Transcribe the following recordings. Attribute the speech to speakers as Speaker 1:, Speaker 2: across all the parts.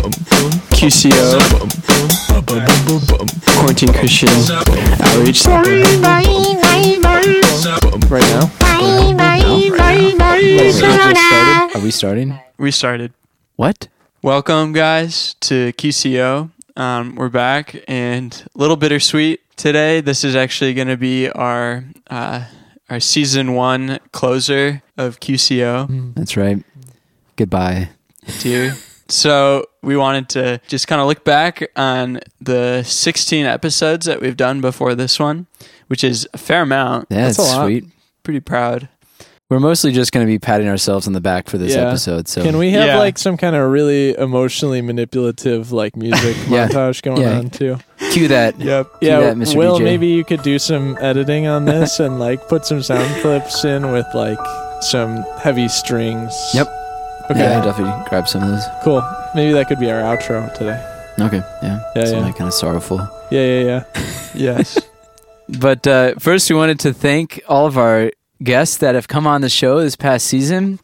Speaker 1: QCO, Quarantine Christian, Outreach Center. Right now,
Speaker 2: Are we starting?
Speaker 1: we started.
Speaker 2: What?
Speaker 1: Welcome, guys, to QCO. Um, we're back and a little bittersweet today. This is actually going to be our uh, our season one closer of QCO,
Speaker 2: That's right. Goodbye.
Speaker 1: dear. So we wanted to just kind of look back on the 16 episodes that we've done before this one, which is a fair amount.
Speaker 2: That's,
Speaker 1: a lot.
Speaker 2: sweet.
Speaker 1: Pretty proud.
Speaker 2: We're mostly just going to be patting ourselves on the back for this
Speaker 3: Yeah.
Speaker 2: episode. So
Speaker 3: Can we have
Speaker 1: Yeah.
Speaker 3: like some kind of really emotionally manipulative like music
Speaker 2: Yeah.
Speaker 3: montage going
Speaker 2: Yeah.
Speaker 3: on too?
Speaker 2: cue that?
Speaker 3: Yep.
Speaker 2: Do
Speaker 3: Yeah.
Speaker 2: that, Mr.
Speaker 3: Will,
Speaker 2: DJ.
Speaker 3: maybe you could do some editing on this and like put some sound clips in with like some heavy strings.
Speaker 2: Yep.
Speaker 3: Okay.
Speaker 2: Yeah, definitely grab some of those.
Speaker 3: Cool. Maybe that could be our outro today.
Speaker 2: Okay. Yeah.
Speaker 3: Yeah,
Speaker 2: Something
Speaker 3: yeah.
Speaker 2: kind of sorrowful.
Speaker 3: Yeah, yeah, yeah.
Speaker 1: Yes.
Speaker 2: But uh, first, we wanted to thank all of our guests that have come on the show this past season.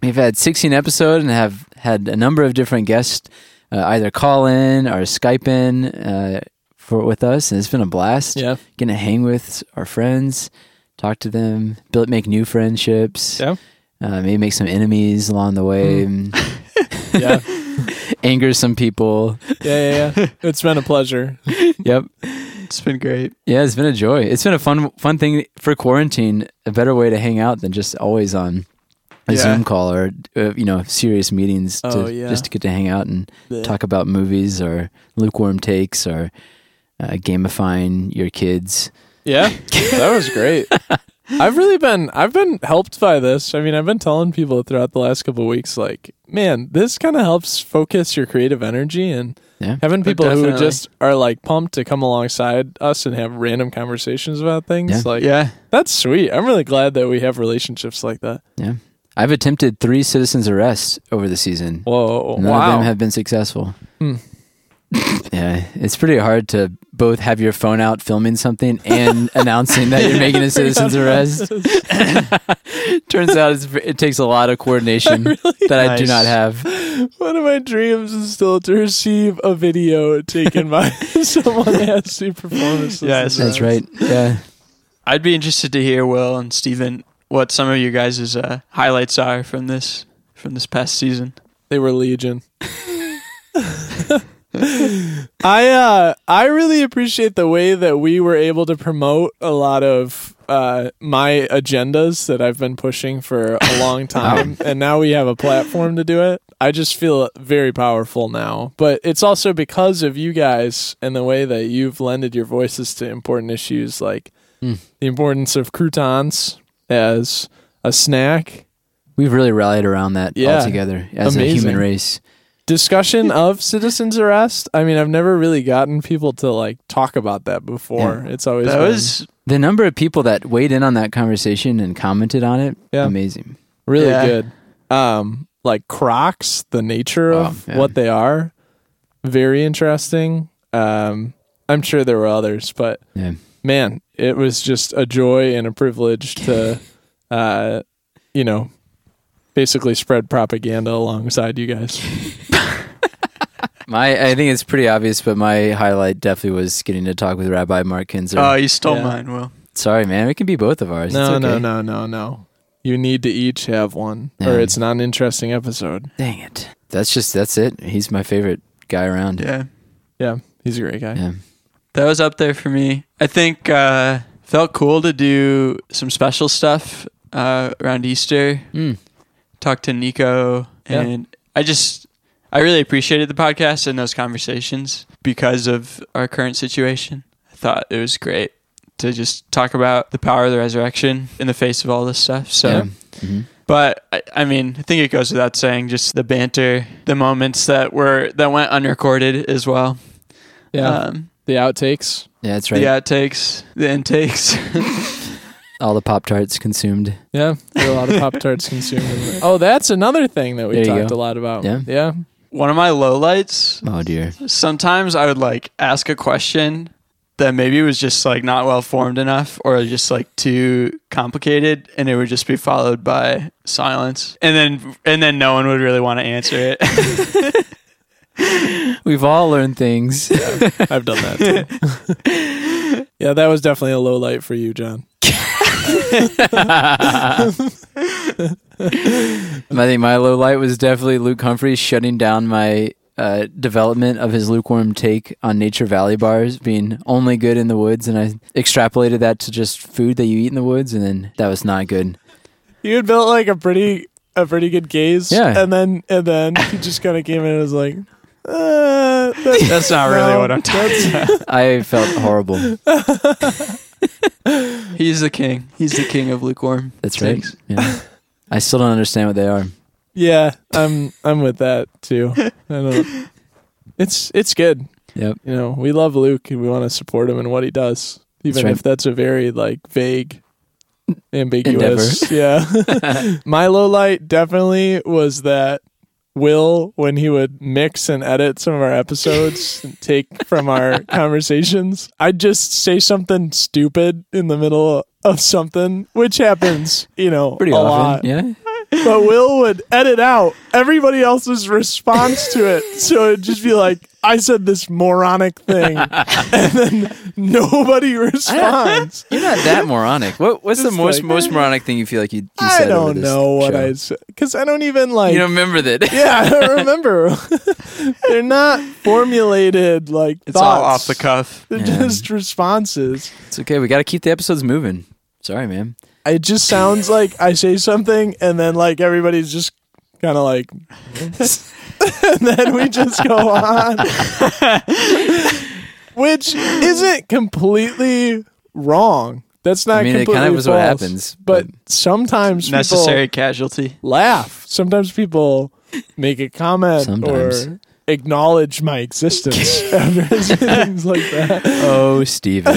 Speaker 2: We've had 16 episodes and have had a number of different guests uh, either call in or Skype in uh, for with us, and it's been a blast.
Speaker 3: Yeah.
Speaker 2: Getting to hang with our friends, talk to them, build, make new friendships.
Speaker 3: Yeah. Mm.
Speaker 2: Uh, maybe make some enemies along the way, and
Speaker 3: Yeah.
Speaker 2: anger some people.
Speaker 3: Yeah, yeah, yeah. It's been a pleasure.
Speaker 2: Yep.
Speaker 1: It's been great.
Speaker 2: Yeah, it's been a joy. It's been a fun fun thing for quarantine. A better way to hang out than just always on a
Speaker 1: Yeah.
Speaker 2: Zoom call or uh, you know serious meetings. To,
Speaker 3: Oh, yeah.
Speaker 2: Just to get to hang out and
Speaker 3: Bleh.
Speaker 2: talk about movies or lukewarm takes or uh, gamifying your kids.
Speaker 3: Yeah. That was great. I've really been I've been helped by this. I mean, I've been telling people throughout the last couple of weeks like, man, this kind of helps focus your creative energy and
Speaker 2: Yeah.
Speaker 3: having people who
Speaker 1: Definitely.
Speaker 3: just are like pumped to come alongside us and have random conversations about things.
Speaker 2: Yeah.
Speaker 3: Like,
Speaker 1: Yeah.
Speaker 3: that's sweet. I'm really glad that we have relationships like that.
Speaker 2: Yeah, I've attempted three citizens arrests over the season.
Speaker 3: Whoa.
Speaker 2: None
Speaker 3: wow.
Speaker 2: of them have been successful.
Speaker 3: Hmm.
Speaker 2: yeah, it's pretty hard to both have your phone out filming something and announcing that you're making a citizen's arrest. Turns out it's, it takes a lot of coordination that I do
Speaker 1: Nice.
Speaker 2: not have.
Speaker 3: One of my dreams is still to receive a video taken by someone that has to perform. a
Speaker 1: Yes.
Speaker 3: citizen's
Speaker 2: That's right. Yeah.
Speaker 1: I'd be interested to hear Will and Steven what some of you guys' uh, highlights are from this from this past season.
Speaker 3: They were legion. I uh I really appreciate the way that we were able to promote a lot of uh my agendas that I've been pushing for a long time and now we have a platform to do it. I just feel very powerful now. But it's also because of you guys and the way that you've lended your voices to important issues like
Speaker 2: Mm.
Speaker 3: the importance of croutons as a snack
Speaker 2: We've really rallied around that
Speaker 3: Yeah.
Speaker 2: all together as a
Speaker 3: Amazing.
Speaker 2: human race.
Speaker 3: discussion of citizens arrest i mean i've never really gotten people to like talk about that before it's always
Speaker 1: That
Speaker 3: been-
Speaker 1: was
Speaker 2: The number of people that weighed in on that conversation and commented on it,
Speaker 3: Yeah.
Speaker 2: amazing.
Speaker 3: really
Speaker 1: yeah.
Speaker 3: good um like crocs the nature
Speaker 1: Oh,
Speaker 3: of
Speaker 2: Wow, yeah.
Speaker 3: what they are very interesting um i'm sure there were others but
Speaker 2: Yeah.
Speaker 3: man it was just a joy and a privilege to uh you know basically spread propaganda alongside you guys
Speaker 2: My, I think it's pretty obvious, but my highlight definitely was getting to talk with Rabbi Mark Kinzer.
Speaker 1: oh, you stole
Speaker 3: Yeah.
Speaker 1: mine, Will.
Speaker 2: Sorry, man. It can be both of ours.
Speaker 3: no
Speaker 2: it's okay.
Speaker 3: no no no no you need to each have one
Speaker 2: Yeah.
Speaker 3: or it's not an interesting episode
Speaker 2: Dang it. That's just that's it. He's my favorite guy around.
Speaker 1: Yeah,
Speaker 3: Yeah, he's a great guy.
Speaker 2: Yeah.
Speaker 1: that was up there for me. I think uh, felt cool to do some special stuff uh, around Easter.
Speaker 2: Mm.
Speaker 1: Talk to Nico,
Speaker 3: Yeah.
Speaker 1: and I just I really appreciated the podcast and those conversations because of our current situation. I thought it was great to just talk about the power of the resurrection in the face of all this stuff. So.
Speaker 2: Yeah. Mhm.
Speaker 1: But I, I mean, I think it goes without saying, just the banter, the moments that were that went unrecorded as well.
Speaker 3: Yeah.
Speaker 1: um,
Speaker 3: Uh, the outtakes.
Speaker 2: Yeah, that's right.
Speaker 1: the outtakes, the intakes.
Speaker 2: All the Pop Tarts consumed.
Speaker 3: Yeah. There are a lot of Pop Tarts consumed. in there. Oh, that's another thing that we
Speaker 2: There you
Speaker 3: talked
Speaker 2: go.
Speaker 3: a lot about.
Speaker 2: Yeah.
Speaker 3: Yeah.
Speaker 1: One of my lowlights.
Speaker 2: Oh dear.
Speaker 1: Sometimes I would like ask a question that maybe was just like not well formed enough or just like too complicated and it would just be followed by silence and then and then no one would really want to answer it
Speaker 2: We've all learned things.
Speaker 3: I've done that too. yeah, that was definitely a low light for you, John.
Speaker 2: I think my low light was definitely Luke Humphreys shutting down my uh, development of his lukewarm take on Nature Valley bars being only good in the woods, and I extrapolated that to just food that you eat in the woods, and then that was not good.
Speaker 3: You had built like a pretty a pretty good gaze.
Speaker 2: Yeah.
Speaker 3: And then and then he just kinda came in and was like, uh, that-
Speaker 1: That's not really
Speaker 3: no,
Speaker 1: what I'm talking
Speaker 3: that's-
Speaker 2: I felt horrible.
Speaker 1: He's the king. He's the king of lukewarm.
Speaker 2: That's right.
Speaker 1: takes.
Speaker 2: Yeah. I still don't understand what they are.
Speaker 3: Yeah, I'm I'm with that too. I don't it's it's good.
Speaker 2: Yep.
Speaker 3: You know, we love Luke and we want to support him and what he does. Even
Speaker 2: right.
Speaker 3: if that's a very like vague ambiguous. Yeah. My low light definitely was that Will when he would mix and edit some of our episodes and take from our conversations, I'd just say something stupid in the middle of something, which happens, you know,
Speaker 2: Pretty often.
Speaker 3: a lot
Speaker 2: Yeah.
Speaker 3: but Will would edit out everybody else's response to it. So it'd just be like, I said this moronic thing. And then nobody responds.
Speaker 2: You're not that moronic. What, what's the
Speaker 3: Just
Speaker 2: most
Speaker 3: like-
Speaker 2: most moronic thing you feel like you, you said?
Speaker 3: I
Speaker 2: over
Speaker 3: don't
Speaker 2: this
Speaker 3: know what
Speaker 2: show?
Speaker 3: I said. Because I don't even like.
Speaker 2: You don't remember that.
Speaker 3: yeah, I don't remember. They're not formulated like
Speaker 1: It's
Speaker 3: thoughts.
Speaker 1: all off the cuff.
Speaker 3: They're
Speaker 2: Yeah.
Speaker 3: just responses.
Speaker 2: It's okay. We got to keep the episodes moving. Sorry, man.
Speaker 3: It just sounds like I say something and then like everybody's just kind of like, and then we just go on, which isn't completely wrong. That's not.
Speaker 2: I mean, it
Speaker 3: completely
Speaker 2: kind of was what
Speaker 3: false.
Speaker 2: happens,
Speaker 3: but,
Speaker 2: but-
Speaker 3: sometimes people
Speaker 1: Necessary casualty.
Speaker 3: laugh. Sometimes people make a comment
Speaker 2: Sometimes.
Speaker 3: or acknowledge my existence after things like that.
Speaker 2: Oh, Steven.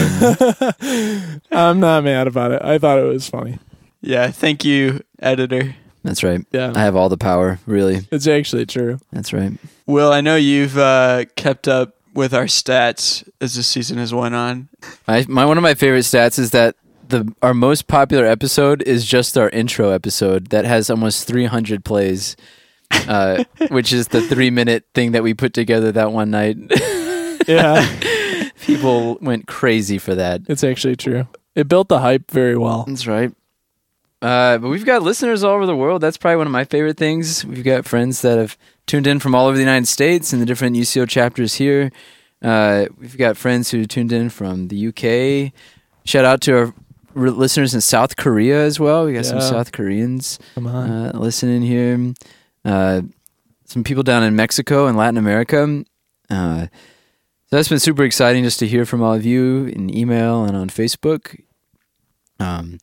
Speaker 3: I'm not mad about it. I thought it was funny.
Speaker 1: Yeah. Thank you, editor.
Speaker 2: That's right.
Speaker 3: Yeah,
Speaker 2: I have all the power, really.
Speaker 3: it's actually true.
Speaker 2: That's right.
Speaker 1: Will, I know you've uh, kept up with our stats as the season has went on.
Speaker 2: I, my one of my favorite stats is that the our most popular episode is just our intro episode that has almost 300 plays, uh, which is the three minute thing that we put together that one night.
Speaker 3: Yeah.
Speaker 2: People went crazy for that.
Speaker 3: It's actually true. It built the hype very well.
Speaker 2: That's right. Uh, but we've got listeners all over the world. That's probably one of my favorite things. We've got friends that have tuned in from all over the United States and the different UCO chapters here. Uh, we've got friends who tuned in from the UK. Shout out to our re- listeners in South Korea as well. We got some
Speaker 3: Yeah.
Speaker 2: South Koreans
Speaker 3: Come on.
Speaker 2: uh, listening here. Uh, some people down in Mexico and Latin America. Uh, so that's been super exciting just to hear from all of you in email and on Facebook. Um,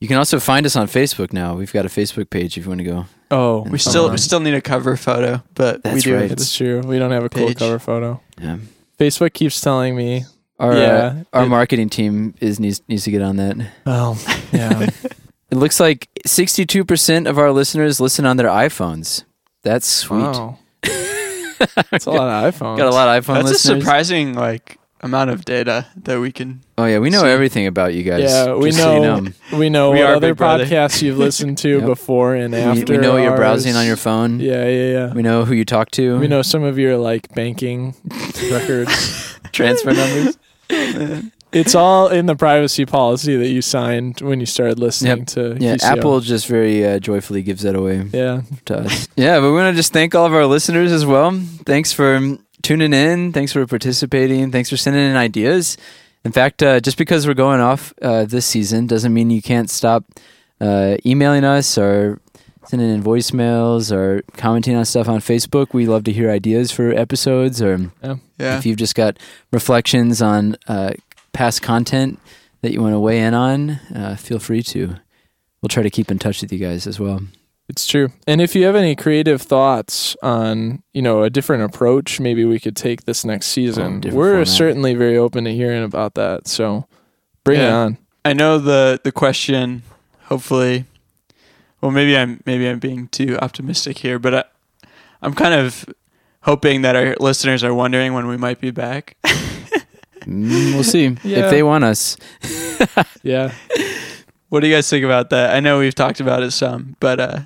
Speaker 2: you can also find us on Facebook now. We've got a Facebook page if you want to go.
Speaker 3: oh,
Speaker 1: We still
Speaker 2: Um,
Speaker 1: we still need a cover photo, but we
Speaker 2: That's
Speaker 1: do.
Speaker 2: right.
Speaker 3: it's true. We don't have a cool
Speaker 1: Page.
Speaker 3: cover photo.
Speaker 2: Yeah.
Speaker 3: Facebook keeps telling me,
Speaker 2: Our uh,
Speaker 3: Yeah,
Speaker 2: our
Speaker 3: it-
Speaker 2: marketing team is needs needs to get on that.
Speaker 3: well, yeah,
Speaker 2: It looks like sixty two percent of our listeners listen on their iPhones. That's sweet.
Speaker 3: wow. It's a lot of iPhones.
Speaker 2: Got a lot of iPhone
Speaker 1: That's
Speaker 2: listeners.
Speaker 1: a surprising like amount of data that we can.
Speaker 2: Oh yeah, we know
Speaker 1: See.
Speaker 2: everything about you guys.
Speaker 3: Yeah, we
Speaker 2: just so you
Speaker 3: know.
Speaker 2: know.
Speaker 3: We know
Speaker 1: We
Speaker 3: what
Speaker 1: are
Speaker 3: other
Speaker 1: Big Brother.
Speaker 3: podcasts you've listened to
Speaker 2: Yep.
Speaker 3: before and
Speaker 2: We,
Speaker 3: after.
Speaker 2: we know you're
Speaker 3: ours.
Speaker 2: browsing on your phone.
Speaker 3: Yeah, yeah,
Speaker 2: We know who you talk to.
Speaker 3: yeah. We know some of your like banking records.
Speaker 2: transfer numbers.
Speaker 3: It's all in the privacy policy that you signed when you started listening
Speaker 2: Yep.
Speaker 3: to.
Speaker 2: Yeah,
Speaker 3: QCO.
Speaker 2: Apple just very uh, joyfully gives that away
Speaker 3: Yeah,
Speaker 2: to us. yeah, but we want to just thank all of our listeners as well. Thanks for um, tuning in. Thanks for participating. Thanks for sending in ideas. In fact, uh, just because we're going off uh, this season doesn't mean you can't stop uh, emailing us or sending in voicemails or commenting on stuff on Facebook. We love to hear ideas for episodes or.
Speaker 1: Yeah.
Speaker 2: If you've just got reflections on uh, past content that you want to weigh in on, uh, feel free to. We'll try to keep in touch with you guys as well.
Speaker 3: It's true. And if you have any creative thoughts on, you know, a different approach maybe we could take this next
Speaker 2: Oh,
Speaker 3: season,
Speaker 2: different
Speaker 3: we're
Speaker 2: format.
Speaker 3: certainly very open to hearing about that. So bring it
Speaker 1: Yeah.
Speaker 3: on.
Speaker 1: I know the the question. Hopefully, well, maybe I'm maybe I'm being too optimistic here, but I, I'm kind of hoping that our listeners are wondering when we might be back.
Speaker 2: Mm, we'll see
Speaker 3: Yeah.
Speaker 2: if they want us.
Speaker 3: Yeah.
Speaker 1: What do you guys think about that? I know we've talked about it some, but uh,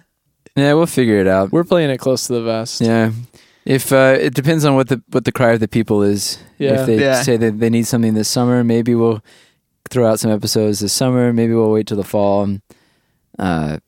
Speaker 2: Yeah, we'll figure it out.
Speaker 3: We're playing it close to the vest.
Speaker 2: Yeah. If uh, it depends on what the what the cry of the people is.
Speaker 3: Yeah.
Speaker 2: If they
Speaker 1: Yeah.
Speaker 2: say that they need something this summer, maybe we'll throw out some episodes this summer. Maybe we'll wait till the fall. Um, Uh,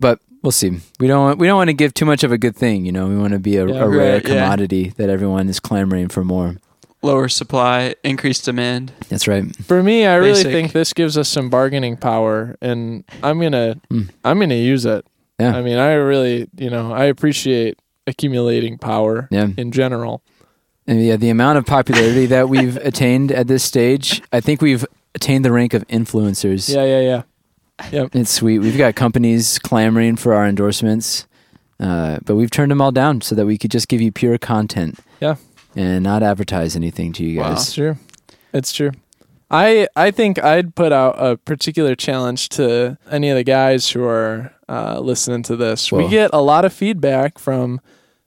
Speaker 2: but we'll see. We don't want, we don't want to give too much of a good thing. You know, we want to be a,
Speaker 3: Yeah.
Speaker 2: a rare
Speaker 1: Right, yeah.
Speaker 2: commodity that everyone is clamoring for more.
Speaker 1: Lower supply, increased demand.
Speaker 2: That's right.
Speaker 3: For me, I
Speaker 1: Basic.
Speaker 3: really think this gives us some bargaining power, and I'm gonna
Speaker 2: Mm.
Speaker 3: I'm gonna use it.
Speaker 2: Yeah.
Speaker 3: I mean, I really, you know, I appreciate accumulating power
Speaker 2: Yeah.
Speaker 3: in general.
Speaker 2: And yeah, the amount of popularity that we've attained at this stage, I think we've attained the rank of influencers.
Speaker 3: Yeah, yeah, yeah.
Speaker 2: It's sweet. We've got companies clamoring for our endorsements, uh, but we've turned them all down so that we could just give you pure content.
Speaker 3: Yeah.
Speaker 2: And not advertise anything to you
Speaker 1: Wow.
Speaker 2: guys.
Speaker 3: It's true. It's true. I I think I'd put out a particular challenge to any of the guys who are uh, listening to this.
Speaker 2: Whoa.
Speaker 3: We get a lot of feedback from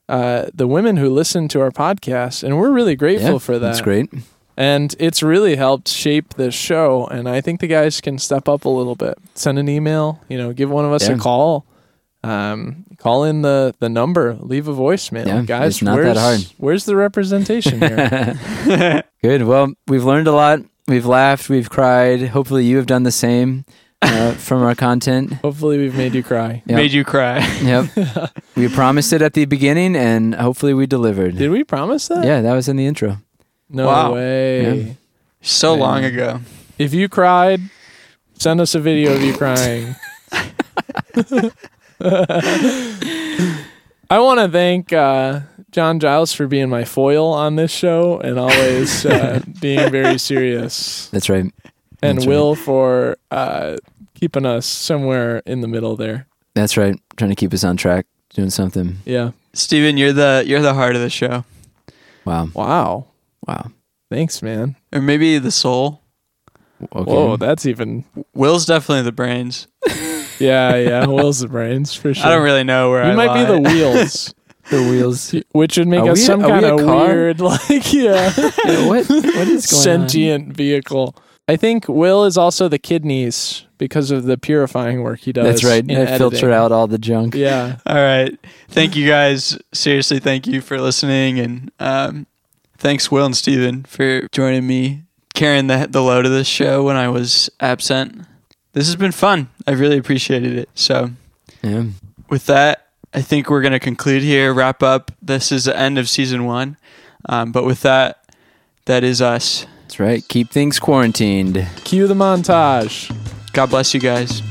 Speaker 3: uh, the women who listen to our podcast, and we're really grateful
Speaker 2: Yeah,
Speaker 3: for that.
Speaker 2: That's great.
Speaker 3: And it's really helped shape this show. And I think the guys can step up a little bit. Send an email, you know, give one of us
Speaker 2: Yeah.
Speaker 3: a call. Um, call in the, the number, leave a voicemail.
Speaker 2: Yeah,
Speaker 3: guys,
Speaker 2: it's not that
Speaker 3: where's,
Speaker 2: hard.
Speaker 3: where's the representation here?
Speaker 2: Good. Well, we've learned a lot. We've laughed. We've cried. Hopefully, you have done the same uh, from our content.
Speaker 3: Hopefully, we've made you cry.
Speaker 2: Yeah.
Speaker 1: Made you cry.
Speaker 2: Yep. we promised it at the beginning, and hopefully, we delivered.
Speaker 3: Did we promise that?
Speaker 2: yeah, that was in the intro.
Speaker 3: No
Speaker 1: Wow.
Speaker 3: way.
Speaker 2: Yeah.
Speaker 1: so
Speaker 3: Yeah.
Speaker 1: long ago.
Speaker 3: If you cried, send us a video of you crying. I want to thank uh, John Giles for being my foil on this show and always uh, being very serious,
Speaker 2: That's right.
Speaker 3: and
Speaker 2: That's right.
Speaker 3: Will for uh, keeping us somewhere in the middle there.
Speaker 2: That's right. Trying to keep us on track, doing something.
Speaker 3: Yeah.
Speaker 1: Steven, you're the you're the heart of the show.
Speaker 2: Wow.
Speaker 3: Wow.
Speaker 2: Wow.
Speaker 3: Thanks, man.
Speaker 1: Or maybe the soul.
Speaker 2: Okay.
Speaker 3: Whoa, that's even.
Speaker 1: Will's definitely the brains.
Speaker 3: Yeah, yeah. Will's the brains for sure.
Speaker 1: I don't really know where
Speaker 3: you
Speaker 1: I
Speaker 3: might be
Speaker 1: lie.
Speaker 3: the wheels.
Speaker 2: the wheels.
Speaker 3: which would make
Speaker 2: Are
Speaker 3: us
Speaker 2: we-
Speaker 3: some
Speaker 2: are we
Speaker 3: kind
Speaker 2: a
Speaker 3: of
Speaker 2: car?
Speaker 3: weird, like yeah,
Speaker 2: Yeah, what? What is going
Speaker 3: sentient vehicle. I think Will is also the kidneys because of the purifying work he
Speaker 2: on?
Speaker 3: does.
Speaker 2: That's right.
Speaker 3: in
Speaker 2: I filter
Speaker 3: editing.
Speaker 2: out all the junk.
Speaker 3: Yeah,
Speaker 1: All right. Thank you guys. Seriously, thank you for listening. And um, thanks, Will and Steven, for joining me, carrying the, the load of this show when I was absent. This has been fun. I've really appreciated it. So,
Speaker 2: Yeah.
Speaker 1: with that, I think we're going to conclude here, wrap up. This is the end of season one. Um, but with that, that is us.
Speaker 2: That's right. Keep things quarantined.
Speaker 3: cue the montage.
Speaker 1: God bless you guys.